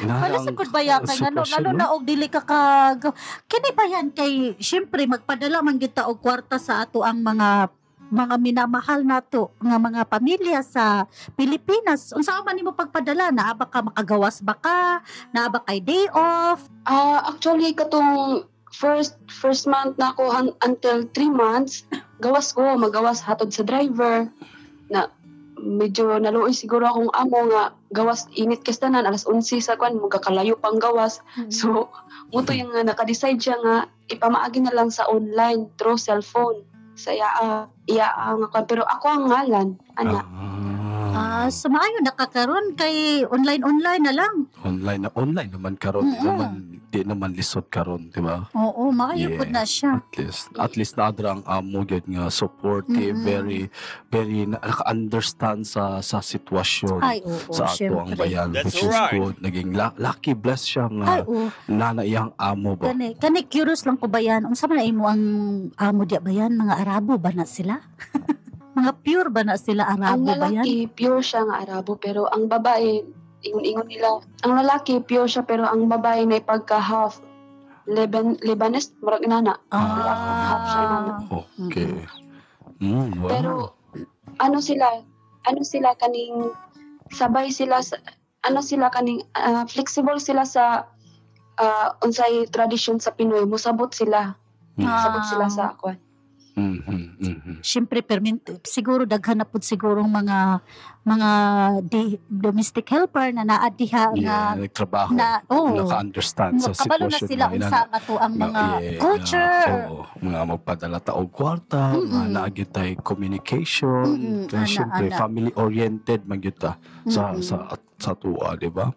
Inahanap Ah, ang Malasakod ba ya kay ano sitwasyon, lalo no? na og dili ka kag kini ba yan kay syempre magpadala man kita og kwarta sa ato ang mga mga minamahal nato nga mga pamilya sa Pilipinas unsa man nimo pagpadala na ba ka makagawas ba ka na ba kay day off Ah, actually katong first first month na ako hang, until three months, gawas ko, magawas hatod sa driver na medyo naluoy siguro akong amo nga gawas init kasi tanan alas 11 sa kwan magkakalayo pang gawas so muto yung nga naka-decide siya nga ipamaagi na lang sa online through cellphone sa iya iya nga kwan pero ako ang ngalan ano, ana Ah. ano? ah sumaayo nakakaroon kay online online na lang Online na online naman karon, di Mm-mm. naman di naman lisod karon, di ba? oo maayo pud na siya At least at least naadra ang amo gyud nga supportive, Mm-mm. very very na- naka-understand sa sa sitwasyon ay oo sa ato ang syempre bayan That's which is right. good naging la- lucky bless siya ay nga oo nanayang amo ba Kani, kani curious lang ko ba yan? Unsa man na imo ang amo diya ba yan? Mga Arabo ba na sila? [laughs] mga pure ba na sila ang Arabo ba yan? lalaki pure siya nga Arabo pero ang babae ingon-ingon nila ang lalaki pure siya pero ang babae na pagka half Leban Lebanese murag inana Ah. okay mm, wow. pero ano sila ano sila kaning sabay sila sa, ano sila kaning ah, flexible sila sa ah, unsay tradisyon sa Pinoy mosabot sila Ah. sabot sila sa ako Mhm, mhm. Siyempre, permin, siguro daghan na po siguro mga mga di, domestic helper na naadiha Yeah, nagtrabaho. na na oh, naka-understand sa kabalo na sitwasyon sila na unsa ang ato ang mga yeah, culture. oo. mga magpadala ta og kwarta, Mm-mm. mga naagit tay Mm-mm, communication, kaya ana, syempre ana. family oriented man gyud ta sa Mm-mm. sa at- sa tuwa, di ba?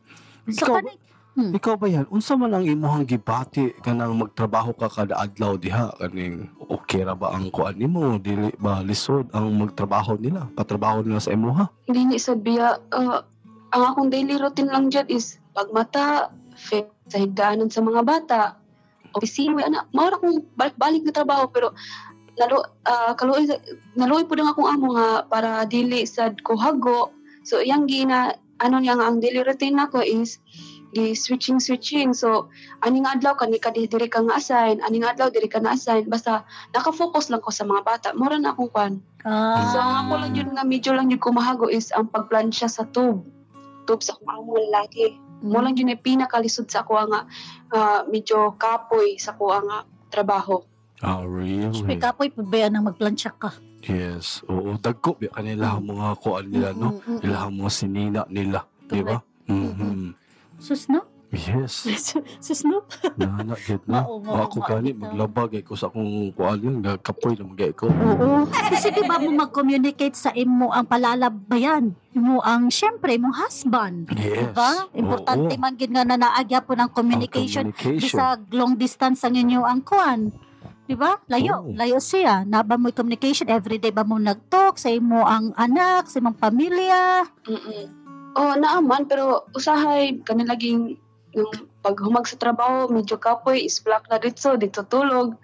so, Ikaw, kani- ikaw ba yan? Unsa man ang imong gibati kanang magtrabaho ka kada adlaw diha kaning okay ra ba ang kuan nimo dili ba lisod ang magtrabaho nila patrabaho nila sa imuha Hindi ni sabiya, ah, ang akong daily routine lang dyan is pagmata, fe, sa higdaanan sa mga bata, opisina, may anak. Maura kong balik-balik na trabaho, pero nalo, ah, kaluoy, sa- naluoy po lang akong amo nga para dili sad ko hago. So, yang gina, ano niya nga, ang daily routine nako is di switching switching so aning adlaw kani ka di- diri ka nga assign aning adlaw diri ka na assign basta naka-focus lang ko sa mga bata mura na akong kwan ah, So, ang ako lang yun nga, medyo lang yung kumahago is ang pagplan siya sa tube. Tube sa kuha mo lagi. Hmm. Mo lang yun yung pinakalisod sa kuha nga, ah, medyo kapoy sa kuha nga trabaho. ah Siyempre, really kapoy po ba yan ang magplansya ka? yes oo dagko ba kanila ang mga kuan nila no Mm, mm, mm. ila ang mga sinina nila di ba mhm Sus, no? [laughs] yes Sus, no? na na gid [laughs] na Mao, mao, Wa ako mao, gani bitaw. maglabag eh, ko sa akong kuan yun nga kapoy na magay ko Oo. Kasi di ba mo mag-communicate sa imo ang palalabayan? Mo ang, syempre, mong husband. yes Diba? Importante Oo. man gid nga na naagya po ng Ang communication. communication Bisag long distance ang inyo ang kuan. Di ba? Layo. Oo. Layo siya. Naba mo communication. Everyday ba mo nag-talk sa imo ang anak, sa imong pamilya. Mm-mm. Oh, naaman, pero usahay, kanilaging yung pag humag sa trabaho, medyo kapoy, is black na dito, dito tulog.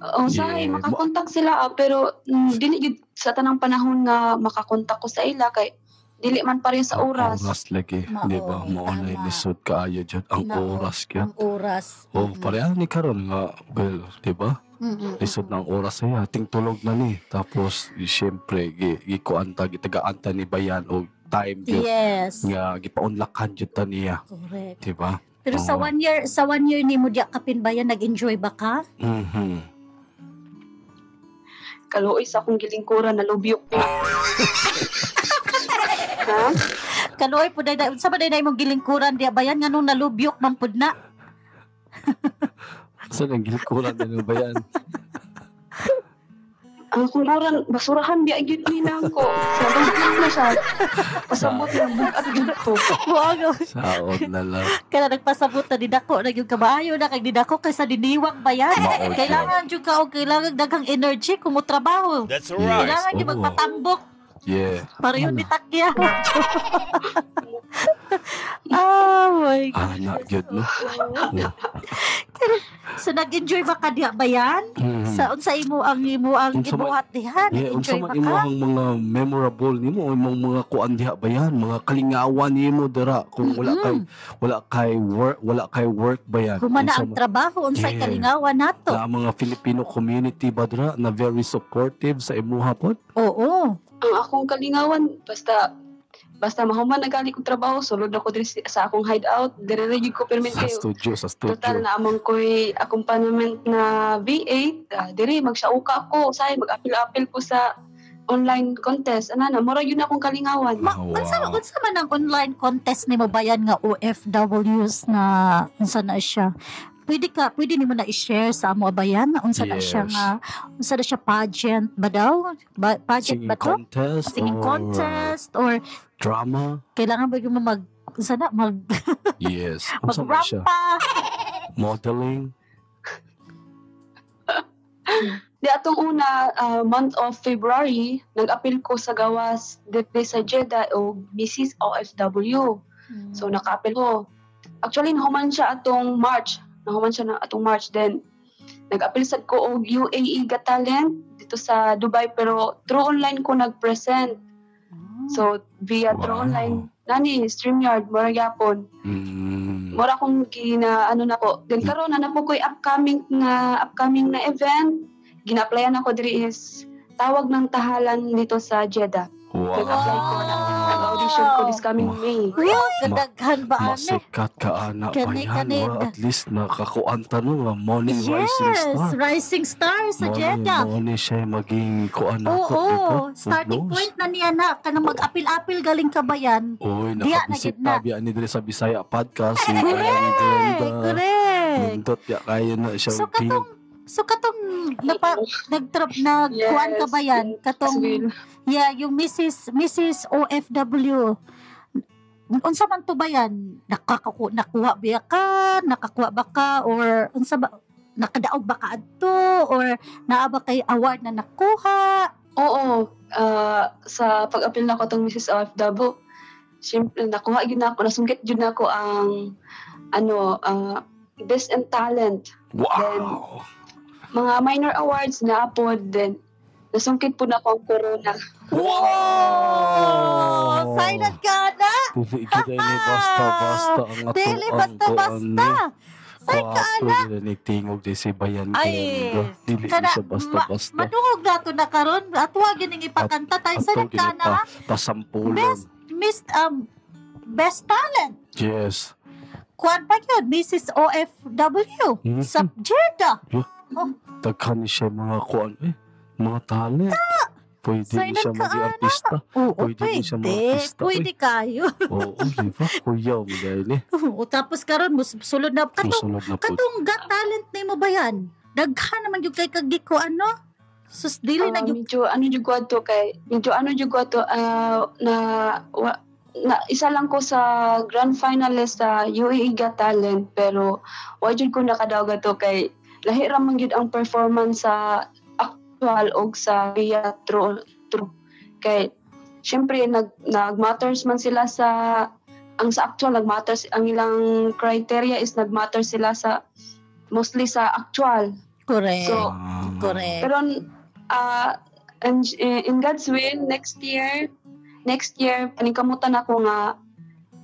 Oh, usahay, Yeah. makakontak sila, ah, pero mm, dili yun sa tanang panahon nga makakontak ko sa ila, kay dili man pareho sa oras. oras lagi Mao, di ba mo na tama. lisod kaayo jud ang Mao, oras gyud Ang oras. oh Mm-mm. pareha ni karon nga well di ba Mm-mm. lisod na ang oras niya ating tulog na ni tapos siyempre gi- gikuanta gitagaanta ni bayan o time yun Yes. nga gipaunlakan jud ta niya Correct. di ba Pero sa Oo. one year, sa one year ni Mudya Kapinbayan, nag-enjoy ba ka? mhm kaluoy sa akong gilingkuran na lubyok ko. ha? Kaloy po dayday, sa ba dayday mong gilingkuran di ba yan? Nga nung nalubyok man pud na. [laughs] sa nang gilikuran na ni bayan Ang kungkuran, basurahan di agad ni nang ko. Nabanggit na siya. Pasabot na bug at gud ko. Wow, saod na lang kaya nagpasabot na didako na yung kabayo na kag didako kaysa diniwang ba yan? Mao, Kailangan jud ka og kailangan daghang energy kung mo trabaho. That's Yeah. right. Kailangan yung oo. magpatambok yeah [laughs] para yun Oh. Ano? [laughs] bitakya. oh my God. ana gyud Ah, no So nag-enjoy ba ka diha ba yan? Mhm. Sa unsa imo ang imo ang Unsa man- gibuhat diha? Yeah, unsa Nag-enjoy man ba imo ka? ang mga memorable nimo, imong mga kuan diha ba yan, mga kalingawan nimo dira kung wala kay wala kay work, wala kay work ba yan. Humana Unsa ang man- trabaho unsay Yeah. kalingawan nato. na ang mga Filipino community ba dira na very supportive sa imuha pod? Oo. Ang akong kalingawan, basta basta mahuman na gali kong trabaho, sulod ako diri si- sa akong hideout, dire ra gyud ko permit Sa kayo. studio, sa studio. Total na among ko'y accompaniment na V8, ah, dire magsauka ako, say mag-apil-apil ko sa online contest. Ana na, mura yun akong kalingawan. Ma, Wow. unsa unsa man ang online contest ni Mabayan nga OFWs na unsa na siya? Pwede ka, pwede nimo na i-share sa amo abayan na unsa na siya Yes. nga unsa na siya pageant ba daw? Ba, pageant Singing ba to? contest Singing or contest or [laughs] drama. kailangan ba yung mag unsa na mag Yes. Unsa man siya? magrampa? Modeling. Di atong una ah, month of February, nag-appeal ko sa gawas dito sa Jeddah o Mrs. OFW. So naka-appeal ko. Actually nahuman siya atong March, nahuman siya na atong March then nag-appeal sad ko og UAE Got Talent dito sa Dubai pero through online ko nag-present. So via through Wow. online nani StreamYard mura gyapon. Mm. Mura kong gina ano na ko. Then karon na po ko'y upcoming na upcoming na event. Ginaplayan ako diri is tawag ng tahalan dito sa Jeddah. Wow. Nag-apply ko na. Nag-audition graduation ko this coming Wow. May. Real kadaghan ba ane? Masikat oh, ka ana pa Kani- yan. kani- Wala, at least nakakuanta no nga morning Yes, rising star. rising star sa Morning, Jeddah. morning siya maging kuan na Oo, to, di ba? Who starting knows? point na niya na. Kanang mag-apil-apil galing ka ba yan? Oy, Diya, nakabisip nagitna. tabi ani diri sa Bisaya podcast si Correct, Ayan Glenda. Correct! Nindot ya kaya na siya. So, pink. katong So katong napa nagtrap na Yes, kuan Ano ka ba yan? As Katong well. yeah, yung Mrs. Mrs. OFW. N- Unsa man to ba yan? Nakakaku nakuha ba ka? Nakakuha ba ka or unsa ba nakadaog ba ka adto or naa ba kay award na nakuha? Oo, ah, sa pag-apil na ko tong Mrs. OFW, syempre nakuha gyud na ako, nasungkit gyud na ako ang ano, ah, Best in Talent, Wow! mga minor awards na apod then nasungkit po na ako ang corona. Wow! Oh, silent ka na. Dili kita ini eh. basta-basta ang eh. ato Dili ang basta basta. Say ka Kuwato nila ni eh. Tingog di si Bayan Ay, Glenda. Dili kada- siya basta-basta. Madungog na to na karon. Atuwa gining ipakanta tay sa Ato ka na. ginapa, pasampulan. Best Miss um Best Talent. Yes. Kuan pa yun, Mrs. OFW. Mhm. Sa Jeddah. Daghan ni siya mga kuan eh. Mga talent. Pwede ni Silent siya ka, maging Ana. artista. Oo, Pwede din siya mga artista, Pwede kayo. [laughs] Oo, di ba? Kuyaw mo dahil eh. o tapos karon mus sulod na katong Musulod na po. katong got talent ni mo ba yan? Daghan naman yung kay kagiko ano? Sus dili Ah, na yung medyo ano jud ko ato kay medyo ano jud ko ato ah, na wa- na isa lang ko sa grand finalist sa UAE Got Talent pero wa jud ko nakadaog ato kay lahi ra man gyud ang performance sa actual og sa teatro true kay syempre nag nagmatters man sila sa ang sa actual nagmatters ang ilang criteria is nagmatter sila sa mostly sa actual correct. so- Ah. correct. pero uh, in, eh, in God's will, next year, next year, paningkamutan ako nga,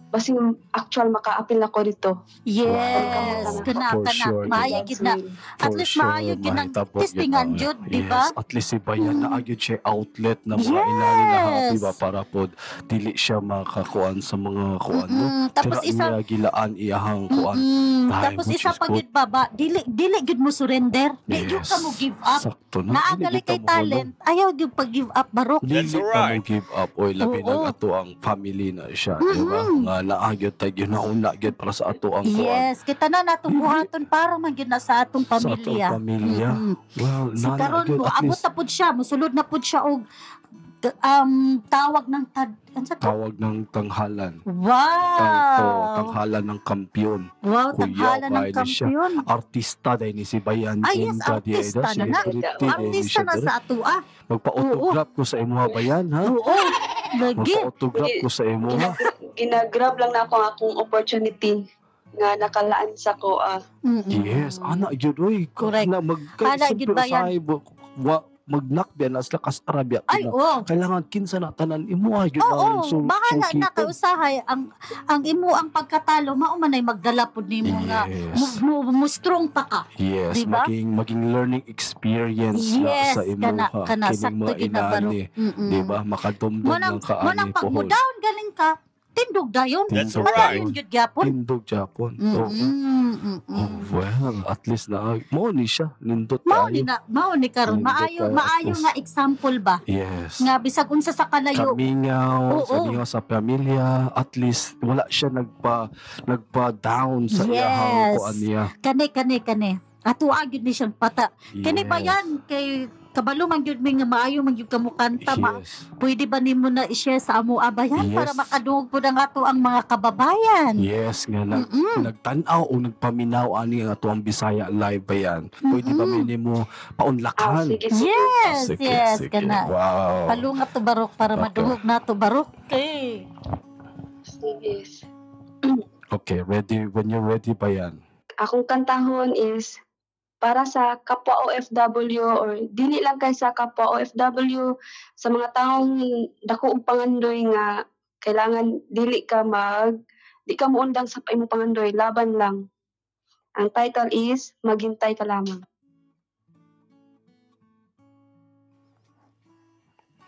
basing actual maka-appeal ako dito. Yes, Wow. kana For kana. sure, Maayo God's gid na. will. At For least sure, maayo gid ang mahitabog testingan yun jud, ang- di ba? Yes, at least si Bayan Mm. na agad siya outlet na mga ilalim na ha, di ba? Yes. Para po, dili siya makakuan sa mga kuan. no? Mm-mm. Tapos Tira isa niya gilaan iyahang kuan. Mm-mm. Ay, Tapos which isa is pa good. gid baba, dili dili gid mo surrender, di Yes. gyud ka mo give up. Sakto na. Dili Naagali kita kay mahulog. talent, ayaw gyud pag give up barok. Dili That's ka alright. mo give up. Oy, labi Oo. na ato ang family na siya. Di ba? Mhm. Nga naagyot tayo. Nauna gyud para sa ato ang kuan. Yes, kita na natong buhaton para man gyud na sa atong Sa ato pamilya. ang pamilya. Mm-mm. Well, Si nana karon gyud, mo at abot least na pud siya, musulod na pud siya og t- um tawag ng tad ano sa to? tawag ng tanghalan. Tangto, Wow. tanghalan ng kampiyon. Kuyaw, Wow, tanghala ng kaayos siya. kampiyon. Artista dahil ni si Bayan. Ah, yes, Inda, di artista ay da, na na. celebrity dahil ni Artista siya, na dere. sa ato ah. Magpa-autograph ko sa imo ha, Bayan, ha? Oo. Lagi. Magpa-autograph ko sa imo ha? Ginagrab lang na ako ang akong opportunity nga nakalaan sa ko. ah. Mm-mm. Yes, anak yun, uy. Correct. Na magka, Anak yun ba yan? usahay mo, wa, magnakbya na sila kas Arabia. Ay, kina- oh. oo. Kailangan kinsa na tanan imo ha, yun Oo, ang sul- bahala na sulkitan. kay usahay ang ang imo ang pagkatalo mao man ay magdala pud nimo nga mo, Yes, mo, mo strong pa ka. yes, Diba? maging, maging learning experience na Yes, sa imo kana ha. kana Kining sakto Mm. mga gid na baro. inaani, Mm-mm. di ba? Makadumdum Mo nang ng kaani mo nang pag mo pohon. down galing ka, tindog dayon. That's Tindog right. Madayon dayon. gyud gyapon. Tindog Japon. Oo. Mm-mm, mm-mm. Oh, well, at least na, mo ni siya, nindot Mao tayo. ni na, mao ni karon Tindog maayo tayo, maayo tapos- nga example ba Yes. nga bisag unsa sa kalayo. kamingaw, Oo. sa niyo sa pamilya, at least wala siya nagpa nagpa down sa Yes. iyahang kuan niya. Kani kani kani. Ato gyud ni siyang pata. Kani Yes. ba yan kay kabalo man gyud mi nga maayo man gyud kamo kanta ma Yes. Pwede ba nimo na i-share sa amo Yes. abayan para makadungog po ng ato ang mga kababayan? Yes, nga nag, Ano? Mm-mm. nagtanaw o nagpaminaw ani ang ato ang Bisaya live ba yan. Pwede ba may Mm-mm. Oh, nimo Ah, paunlakan? sige, sige. Yes, Sige, yes, sige. kana. Wow. Palungat to barok para Okay. madungog na to barok. Okay. sige. Okay, ready when you're ready ba yan? akong kantahon is para sa kapwa OFW or dili lang kay sa kapwa OFW sa mga taong dako og pangandoy nga kailangan dili ka mag di ka muundang sa imong pangandoy laban lang ang title is maghintay ka lamang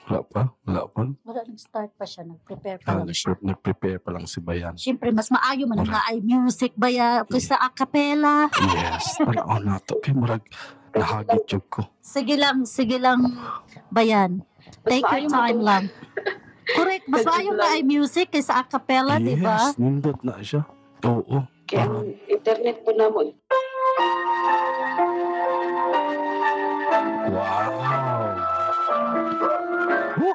Wala pa? Wala pa? Wala nang start pa siya, nag-prepare pa Ah, lang siya. nag- nag-prepare pa lang si Bayan. Siyempre, mas maayo man Wala. nga ay music ba ya, kaysa a cappella. Yes, tanaw na to. Kay murag nahagit jud ko. Sige lang, sige lang, bayan. Take Mas your maayo time man- lang. Correct, mas Sige maayo lang. nga ay music kaysa a cappella, di ba? Yes, nindot na siya. Oo. Kaya ang internet po na mo. Wow. Woo!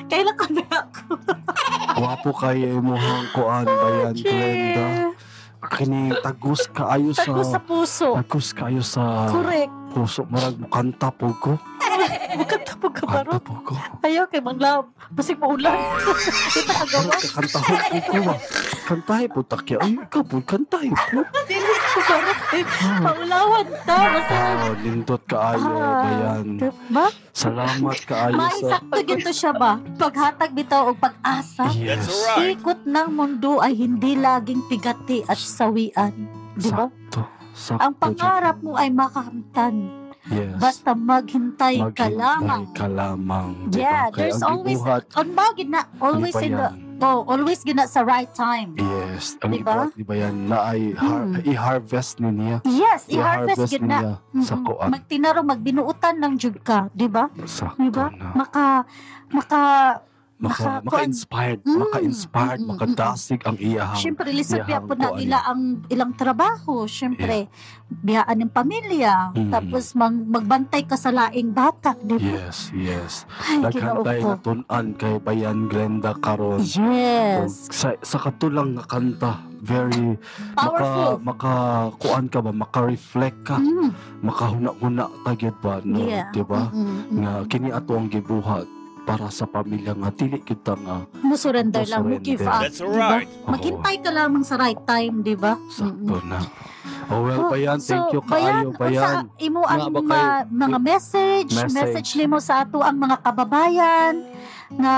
Kahilakon na ako. Gwapo kay imuhang kuan, bayan, Glenda. Kini tagus kaayo sa... Tagos sa puso. Tagus kaayo sa... Correct. Puso, marag mo kanta po ko. Bukat na po ka, Kanta baro. po ko. Ayaw kay Mang Lab. Basig mo ulan. Di pa kagawa. Kantahon po ko ba? Kantahe po takya. Ay, ikaw po, kantahe po. Dili ko, baro. Eh, Maulawan ta. Masarap. Wow, lindot kaayo, Ah, bayan. Ba? Salamat kaayo May sa... sakto ginto Diba? siya ba? Paghatag bitaw o pag-asa. Yes. That's right. Ikot ng mundo ay hindi laging pigati at sawian. Di ba? Sakto. Sakto. Ang dyan. pangarap mo ay makahamtan. Yes. Basta maghintay Maghintay ka lamang. ka lamang. Di ba? Yeah, Kaya there's ang always gibuhat, on ba gina di always ba in the yan? oh, always gina sa right time. Yes. Ang Di ba? gibuhat, di ba yan? Na ay har- Mm. i-harvest ni niya. Yes, I-harvest i-harvest gid na. niya sa Mm-mm. kuan. Magtinaro, magbinuutan ng jud ka, di ba? Sakto Di ba? na. Maka maka Maka, maka- maka-inspired. Mm, Maka-inspired. mm, mm, Makadasig ang iyahang syempre iyahang lisod biya po na kuan ila ang ilang trabaho, syempre biyaan ng pamilya, Mm. tapos mang, magbantay ka sa laing bata, di ba? Yes, yes. Ay, Naghantay Ginoo na tunan kay Bayan Glenda ko. karon. Ug Yes. Sa, sa katulang nga kanta, very Powerful. maka ah, maka kuan ka ba, maka-reflect ka, Mm. makahuna-huna ta gyud ba no, Yeah. di ba? Mm-mm. Nga kini ato ang gibuhat para sa pamilya nga dili kita nga Musurrender lang, mo Musurrender. give up. That's diba? right. Maghintay ka lamang sa right time, di ba? sakto na. Oh well, Oh, Bayan, thank you bayan, kaayo, Bayan. unsa imo ang Nga ba mga, mga message, Message. message nimo sa ato ang mga kababayan nga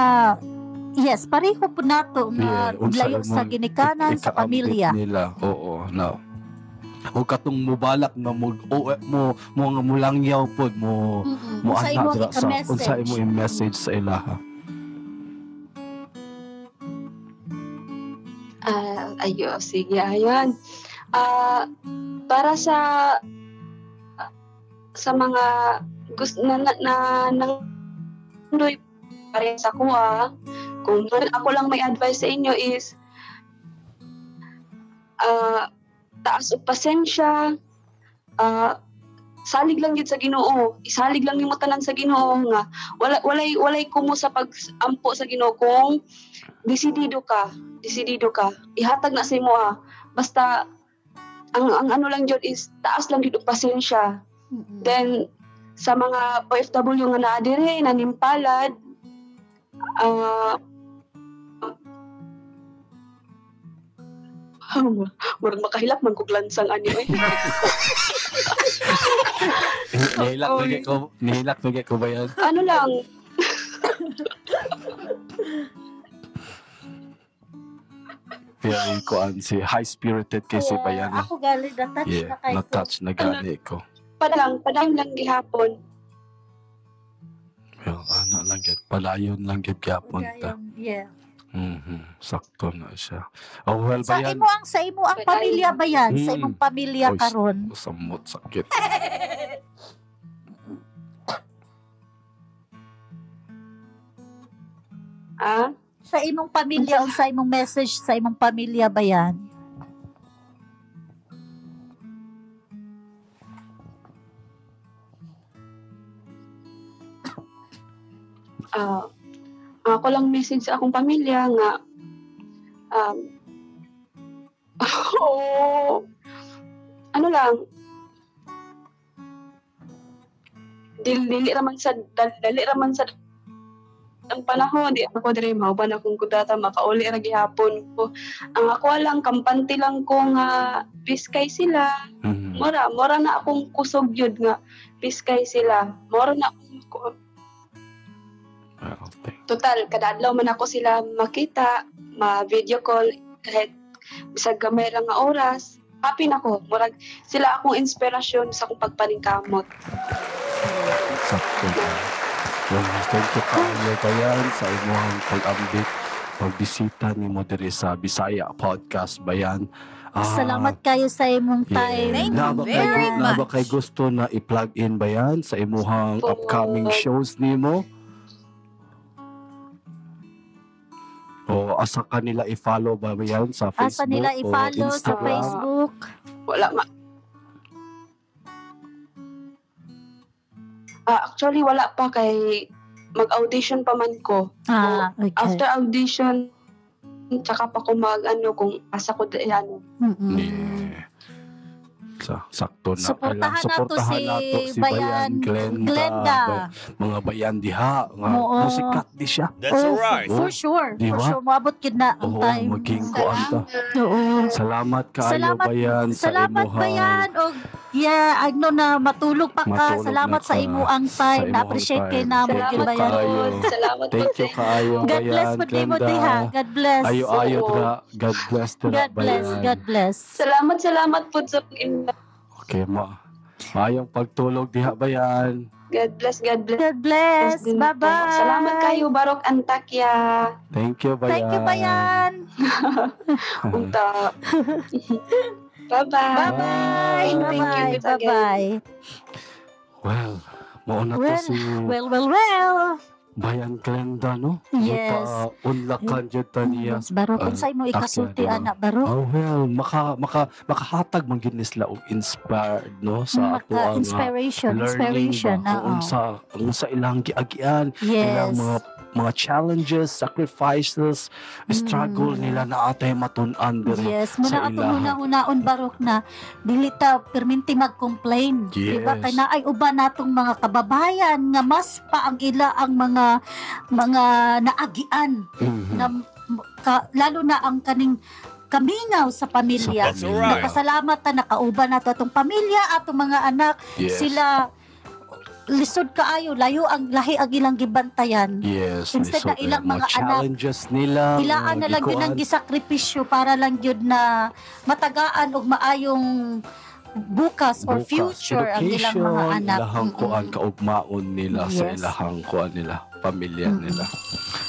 yes, pareho po nato nga Yeah, unsa layo imong sa ginikanan sa Ika-update pamilya. nila. Oo, na. O katong mubalak na mo o, eh, mo mo nga mulangyaw pod mo Mm-mm. mo Unsa anak imo dira ang sa unsa message? imo i-message sa ilaha. Ah, ayo, sige, ayun. Ah, para sa sa mga gusto na na, na, nandoy pa rin sa kuha, kung man- ako lang may advice sa inyo is ah, taas og pasensya, ah, salig lang yun sa Ginoo. Isalig lang nimo tanan sa Ginoo nga wala walay walay kumo sa pagampo sa Ginoo kung desidido ka desidido ka. Ihatag na sa imo ah. Basta ang ang ano lang jud is taas lang gid og pasensya. Mm-mm. Then sa mga OFW nga naa diri nanimpalad ah ah, [laughs] murag makahilak man kog lansang ani eh. Nihilak Oo. lagi ko, nihilak lagi ko ba yan? ano lang Feeling ko an si high-spirited kay si Kaya Bayan. ah. Ako galing na-touch na Yeah, kay ko. Ano? na-touch na gani ko. padang padang lang gihapon. Yung ano lang yun, palayon lang yun gapon ta. Kagayan, Yeah. Mhm, sakto na siya. Oh well, Sa Bayan. imo ang sa imo ang pamilya ba yan? Sa Mm. imong pamilya Oy, karon. Samot sakit. Ah, Sa imong pamilya o sa imong message sa imong pamilya ba yan? ah, ako lang message sa akong pamilya nga um, [laughs] oo, ano lang dili dili raman sa dal- dali raman sa ang panahon di ako diri mauban akong kudata makauli ra gihapon ko ang ako lang kampante lang ko nga biskay sila Mhm. Mora, mora na akong kusog yun nga. Piskay sila. Mora na akong Ah, okay. total kada adlaw man ako sila makita ma video call kahit bisag gamay ra nga oras happy na ko murag sila akong inspirasyon sa akong pagpaningkamot Sakto. Well, thank you kaayo bayan sa imuhang pag-ambit pagbisita ni mo diri sa Bisaya Podcast Bayan. Ah, Salamat kayo sa imong yeah. time. Thank you Naba kay- very naba much. kay gusto na i-plug in bayan sa imuhang Po. upcoming shows nimo. O asa ka nila i-follow ba yan sa Facebook Asa nila o i-follow sa Instagram? Facebook. wala ma Ah, actually wala pa kay mag-audition pa man ko Ah, okay. after audition tsaka pa ko mag ano kung asa ko di- ano Mm-mm. Yeah. Sa, sakto na. Suportahan kailang- nato si, nato Bayan Glenda. Glenda. Bay- mga bayan diha. Nga, Oo. musikat di siya. That's Oh, right. For sure. Di For ba? sure. Maabot gid na ang Oo, time. maging kuan ta. Oo. Salamat kaayo Salamat- bayan sa Salamat imuhang ba yan? O, yeah, ano na, matulog pa ka. Matulog Salamat na sa ka. imo ang Sa time. imo ang Na-appreciate kay time. namo Thank gid you salamat ba yan? kayo. po salamat po Thank sa you kaayo bayan. God bless po di mo diha. God bless. Ayo ayo Oo. dra. God bless dra God bless. bayan. God bless. Salamat, salamat po sa pag Okay ma. Maayong pagtulog diha bayan. God bless, God bless. God bless. din po. Bye-bye. Salamat kayo, Barok Antakya. Thank you bayan. Thank you ba yan? Unta. Bye-bye. Bye-bye. Thank you, Bye-bye. Miss Agay. Bye-bye. [laughs] Well, mauna to Well, si Well, well, well. Bayan Glenda, no? Yes. Unlakan yun ta niya. Yes, baro Ah, kung sa'yo mo ikasulti, aksyon, ah. anak, baro. Oh well, maka, maka, makahatag man gid sila og inspired no sa ato Maka ang ah, inspiration, learning inspiration, ba oo. kung sa kung sa ilang giagian, ilang Yes. mga mga challenges, sacrifices, struggle Mm. nila na atay matun-an diri. Yes, sa muna ato ilaha. muna unaon barok na dilita perminti mag-complain. Yes. Diba kay naay uba natong mga kababayan nga mas pa ang ila ang mga mga naagian Mhm. na m- ka- lalo na ang kaning kamingaw sa pamilya. That's alright. Nakasalamat ta nakauban nato atong pamilya, atong mga anak, Yes. sila lisod kaayo layo ang lahi ang ilang gibantayan. Yes, Instead na lisod ilang ang mga anak, challenges nila. Ilaan mga na lang yun ang gikuan. gisakripisyo para lang yun na matagaan og maayong bukas or Bukas, future ang ilang mga education, anak. Ilahang Mm-mm. kuan kaugmaon nila sa Yes. ilahang kuan nila, pamilya Mm-mm. nila.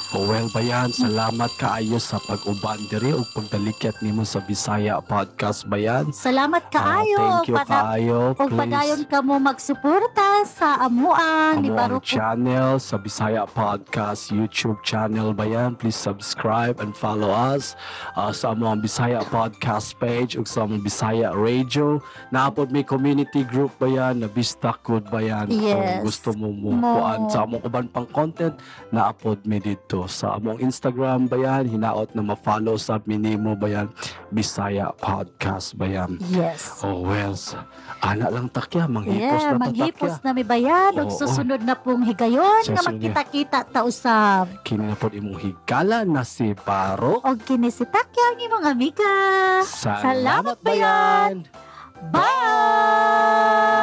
Oh, well, Bayan, salamat kaayo sa pag-uban diri o pagdalikyat nimo sa Bisaya Podcast, Bayan. Salamat Ah, kaayo. thank you Pana- kaayo. og padayon Please, ka mo magsuporta sa amuan ni amo ang Barok channel sa Bisaya Podcast YouTube channel, Bayan. Please subscribe and follow us ah, sa amo ang Bisaya Podcast page ug sa among Bisaya Radio. Naapod may community group, Bayan, na Bistakod, Bayan. Yes. Kung gusto mo mo Mo. kuan sa among uban pang content na upload mi dito sa among Instagram bayan hinaot na ma-follow sa minimo bayan Bisaya Podcast bayan Yes. Oh wells ana lang takya manghipos na tatakya Yeah, manghipos na may bayan ug Oo. susunod na pong higayon nga Susunod. magkita-kita ta usab. kini na pod imong higala na si Baro Og kini si Takya ang Ah, imong amiga. Salamat, bayan. Bye!